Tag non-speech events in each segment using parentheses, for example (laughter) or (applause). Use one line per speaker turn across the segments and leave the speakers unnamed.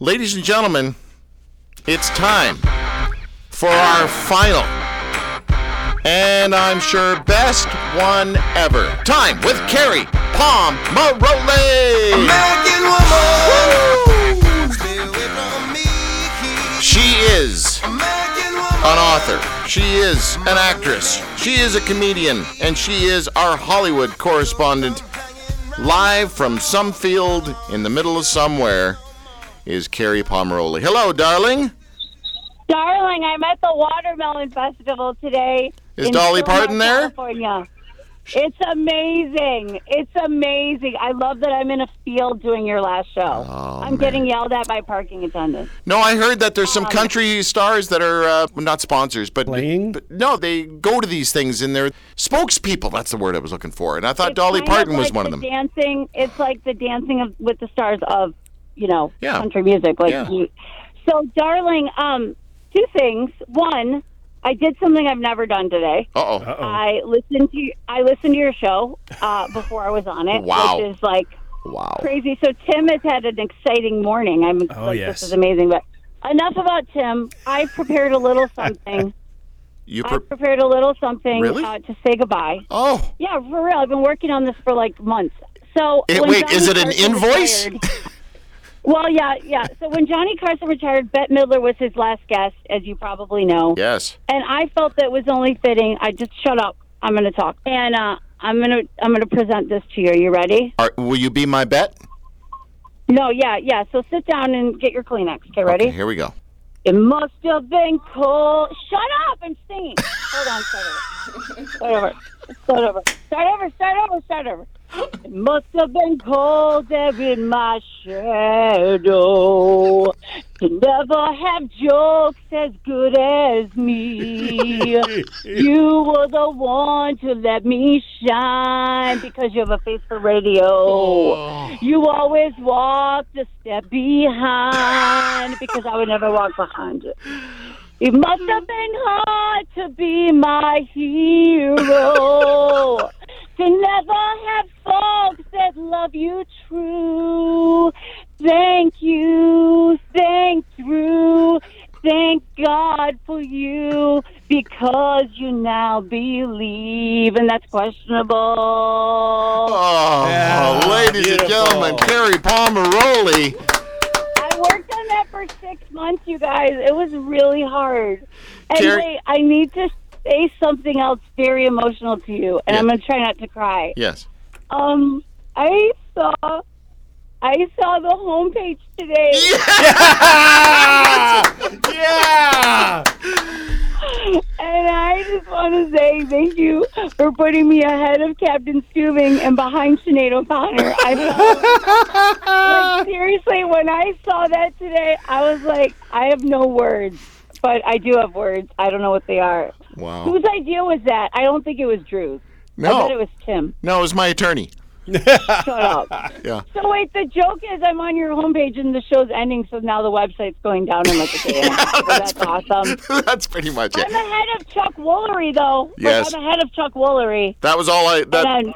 Ladies and gentlemen, it's time for our final and I'm sure best one ever. Time with Carrie Palm Marole.
American woman. Stay away from me.
She is
American woman.
an author. She is an actress. She is a comedian and she is our Hollywood correspondent. Live from some field in the middle of somewhere is Carrie Pomeroli. Hello, darling.
Darling, I'm at the Watermelon Festival today.
Is
in
Dolly
Fremont,
Parton there?
California. It's amazing. It's amazing. I love that I'm in a field doing your last show.
Oh,
I'm getting yelled at by parking attendants.
No, I heard that there's some country stars that are uh, not sponsors, but,
Playing?
but no, they go to these things and they're spokespeople. That's the word I was looking for, and I thought
It's
Uh, Dolly
kind of
Parton was
like
one
the
of them.
Dancing. It's like the dancing of with the stars of you know
Yeah.
country music. Like
Yeah.
you, so, darling. Um, two things. One, I did something I've never done today.
Uh
Uh-oh. (laughs)
I listened to I listened to your show uh, before I was on it,
Wow.
which is like
oh, wow.
crazy. So Tim has had an exciting morning. I'm
Oh,
like,
yes.
this is amazing. But enough about Tim. I prepared
(laughs)
a little something.
You
I
per-
prepared a little something
Really?
uh, to say goodbye.
oh,
Yeah, for real. I've been working on this for like months. So
Eh,
when
wait,
Johnny
is it an
Carson
invoice?
retired- well, yeah, yeah. So when Johnny Carson retired, Bette Midler was his last guest, as you probably know.
yes.
And I felt that was only fitting. I just shut up. I'm going to talk, and uh, I'm going to I'm going to present this to you. Are you ready?
Are, will you be my bet?
No, yeah, yeah. So sit down and get your Kleenex. Okay, ready?
Okay, here we go.
It must have been cold. Shut up! I'm singing. Hold on. Start over. Start over. Start over. Start over. Start over. Start over. It must have been cold there in my shadow to never have jokes as good as me. (laughs) you were the one to let me shine because you have a face for radio. You always walked a step behind because I would never walk behind you. It must have been hard to be my hero. to never have folks that love you true. Thank you, thank you, thank God for you because you now believe, and that's questionable.
Oh,
Yeah,
ladies and
beautiful.
gentlemen, Carrie Pomeroli.
I worked on that for six months, you guys. It was really hard. And
Carrie-
wait, I need to say something else very emotional to you, and I'm
Yeah.
going to try not to cry.
Yes.
Um, I saw, I saw the homepage today. (laughs)
(laughs)
yeah!
And I just want to say thank you for putting me ahead of Captain Stubing and behind Sinead O'Connor. I felt,
(laughs)
like, seriously, when I saw that today, I was like, I have no words. But I do have words. I don't know what they are.
Wow.
Whose idea was that? I don't think it was Drew's. I bet it
No,
was Tim.
no, it was my attorney. (laughs)
Shut up.
Yeah.
So wait, the joke is I'm on your homepage and the show's ending, so now the website's going down in like a
(laughs)
day. and a half. So that's awesome.
That's pretty much
I'm
it.
ahead of Chuck Woolery, though.
Yes.
Like, I'm ahead of Chuck Woolery.
That was all I. That,
and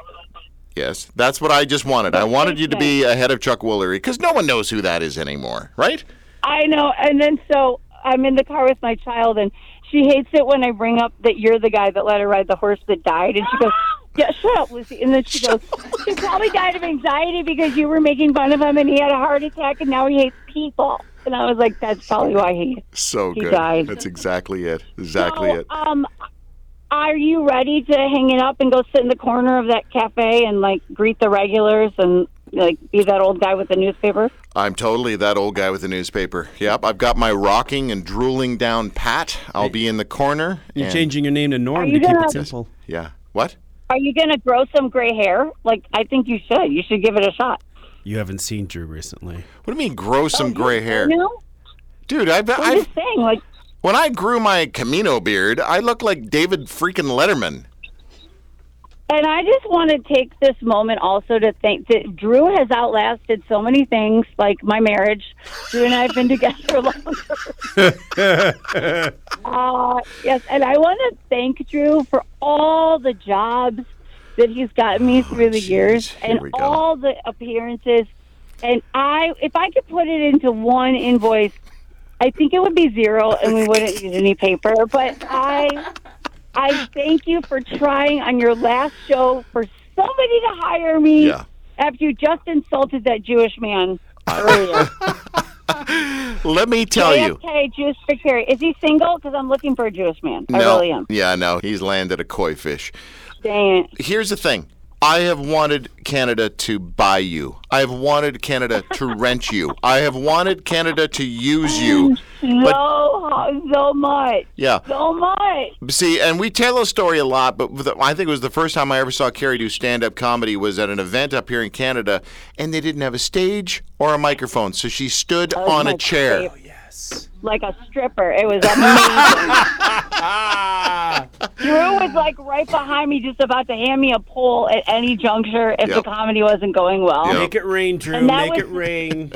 Yes, that's what I just wanted. I wanted you to be ahead of Chuck Woolery because no one knows who that is anymore, right?
I know. And then so I'm in the car with my child, and she hates it when I bring up that you're the guy that let her ride the horse that died. And she goes, Yeah, shut up, Lucy. And then she goes, She probably died of anxiety because you were making fun of him and he had a heart attack and now he hates people. And I was like, That's probably why he.
So
He
good.
died. (laughs)
That's exactly it. Exactly
So,
it.
Um, are you ready to hang it up and go sit in the corner of that cafe and like greet the regulars and like be that old guy with the newspaper?
I'm totally that old guy with the newspaper. Yep, I've got my rocking and drooling down pat. I'll be in the corner.
You're
and-
changing your name to
Are
Norm
you
to keep
gonna-
it simple.
Yeah. What?
Are you going to grow some gray hair? Like, I think you should. You should give it a shot.
You haven't seen Drew recently.
What do you mean grow some gray hair?
Oh, You know?
Dude, I've,
I'm
I've,
just saying, like,
when I grew my Camino beard, I looked like David freaking Letterman.
and I just want to take this moment also to thank that Drew has outlasted so many things, like my marriage. Drew and I have been together (laughs) longer. uh, yes, and I want to thank Drew for all the jobs that he's gotten me through the
Oh, jeez.
years
Here
and
we go.
all the appearances And I, if I could put it into one invoice, I think it would be zero, and we wouldn't use any paper. But I, I thank you for trying on your last show for somebody to hire me
Yeah.
after you just insulted that Jewish man earlier.
Let me tell you.
JFK, Jewish secretary. Is he single? Because I'm looking for a Jewish man. I
No.
really am.
Yeah, no. He's landed a koi fish.
Dang it.
Here's the thing. I have wanted Canada to buy you. I have wanted Canada
(laughs)
to rent you. I have wanted Canada to use you.
So, so much.
Yeah.
So much.
See, and we tell a story a lot, but the, I think it was the first time I ever saw Carrie do stand up comedy was at an event up here in Canada, and they didn't have a stage or a microphone. So she stood on a
my
chair.
favorite. Like a stripper. It was
(laughs)
amazing. Drew was like right behind me, just about to hand me a pole at any juncture if the
Yep.
comedy wasn't going well.
Yep.
Make it rain, Drew.
And that
Make it
was-
rain.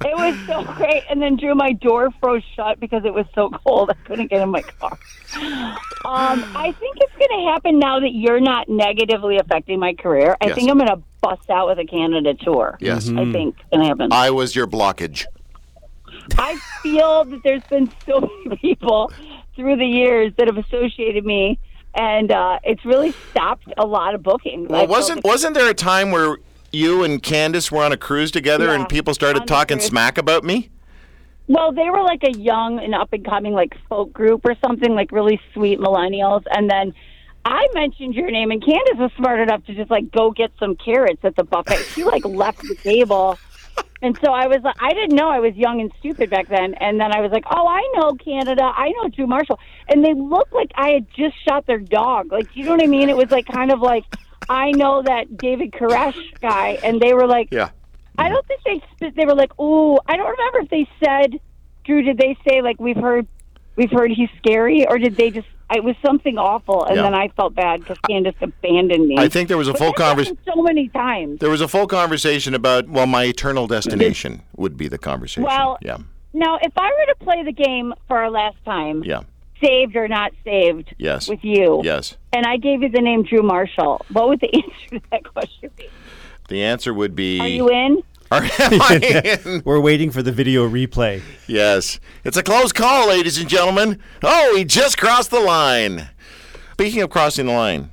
It was so great. And then Drew, my door froze shut because it was so cold. I couldn't get in my car. Um, I think it's going to happen now that you're not negatively affecting my career. I
Yes.
think I'm going to bust out with a Canada tour.
Yes.
I think it's going to happen.
I was your blockage.
I feel that there's been so many people through the years that have associated me, and uh, it's really stopped a lot of bookings. I
Well,
feel
wasn't
that-
wasn't there a time where you and Candace were on a cruise together
Yeah,
and people
on
started
the
talking
cruise.
smack about me?
Well, they were like a young and up and coming like folk group or something, like really sweet millennials. And then I mentioned your name, and Candace was smart enough to just like go get some carrots at the buffet. She like left the table. And so I was like, I didn't know I was young and stupid back then. And then I was like, oh, I know Canada. I know Drew Marshall. And they looked like I had just shot their dog. Like, you know what I mean? It was like kind of like, I know that David Koresh guy. And they were like,
Yeah.
I don't think they sp- they were like, "Ooh, I don't remember if they said, Drew, did they say like we've heard we've heard he's scary or did they just it was something awful and
Yeah.
then I felt bad cuz Candace abandoned me.
I think there was a
But (laughs)
full
that happened
conversation.
so many times.
There was a full conversation about well, my eternal
(laughs)
destination would be the conversation.
Well-
yeah,
Now, if I were to play the game for our last time,
yeah,
saved or not saved
yes,
with you
yes.
and I gave you the name Drew Marshall, what would the (laughs) answer to that question be?
The answer would be.
Are you in?
(laughs) Are- am I in?
(laughs) We're waiting for the video (laughs) replay.
yes, it's a close call, ladies and gentlemen. Oh, he just crossed the line. Speaking of crossing the line,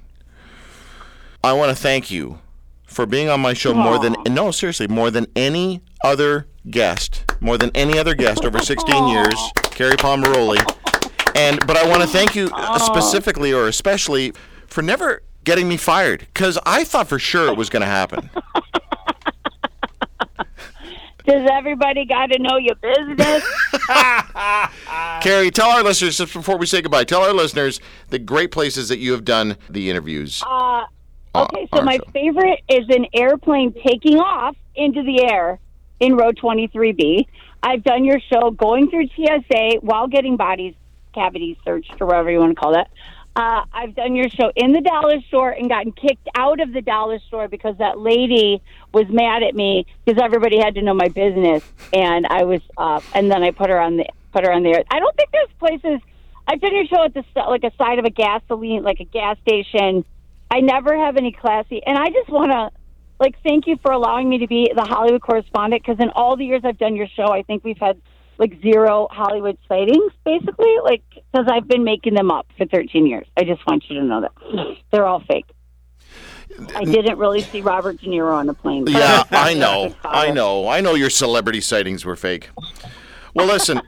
I want to thank you for being on my show more than no, seriously, more than any other guest, more than any other guest over 16 years, Carrie Pomeroli. And but I want to thank you uh, specifically or especially for never getting me fired cuz I thought for sure it was going to happen.
Does everybody got to know your business?
Carrie, tell our listeners just before we say goodbye, tell our listeners the great places that you have done the interviews.
Uh,
on-
Okay,
on
so
our
my
show.
favorite is an airplane taking off into the air in row 23B. I've done your show going through TSA while getting bodies cavity searched or whatever you want to call that. Uh, I've done your show in the dollar store and gotten kicked out of the dollar store because that lady was mad at me because everybody had to know my business and I was uh, and then I put her on the put her on the air. I don't think there's places I've done your show at the s- like a side of a gasoline like a gas station. I never have any classy, and I just want to like thank you for allowing me to be the Hollywood correspondent because in all the years I've done your show, I think we've had like zero Hollywood sightings basically, like because I've been making them up for 13 years. I just want you to know that they're all fake. I didn't really see Robert De Niro on the plane.
Yeah, I know. I know. I know your celebrity sightings were fake. Well, listen,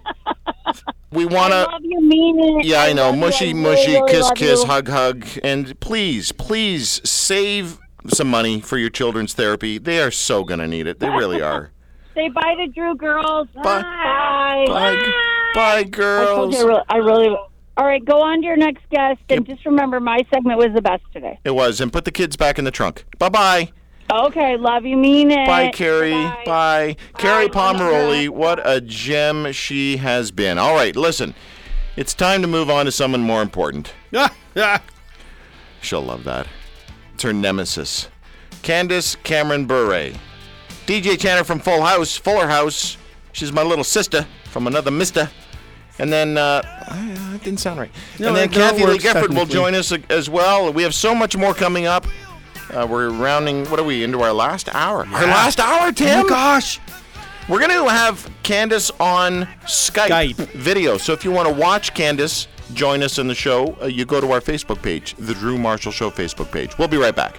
we want
I
to.
love you, mean it.
Yeah, I know.
love you.
Mushy,
really,
mushy,
really
kiss,
love
kiss,
you.
hug, hug. And please, please save some money for your children's therapy. They are so going to need it. They really
(laughs)
are.
Say bye to Drew, girls.
Bye.
Bye.
Bye, g- bye
I told
girls.
you I really, I really. All right, go on to your next guest, and just remember my segment was the best today.
It was. And put the kids back in the trunk. Bye bye.
Okay, love you, mean it.
Bye, Carrie. Bye.
Bye.
Carrie
Bye.
Pomeroli, what a gem she has been. All right, listen, it's time to move on to someone more important.
Oh
She'll love that. It's her nemesis, Candace Cameron Bure. DJ Channer from Full House, Fuller House. She's my little sister from another mister. And then, uh, that didn't sound right.
No,
and then
that- that
Kathy Lee
works
Gifford will
technically.
join us a- as well. We have so much more coming up. Uh, we're rounding. What are we into our last hour? Our
Yeah. Oh
last hour, Tim.
gosh.
We're going to have Candace on Skype,
Skype.
video. So if you want to watch Candace join us in the show, uh, you go to our Facebook page, the Drew Marshall Show Facebook page. We'll be right back.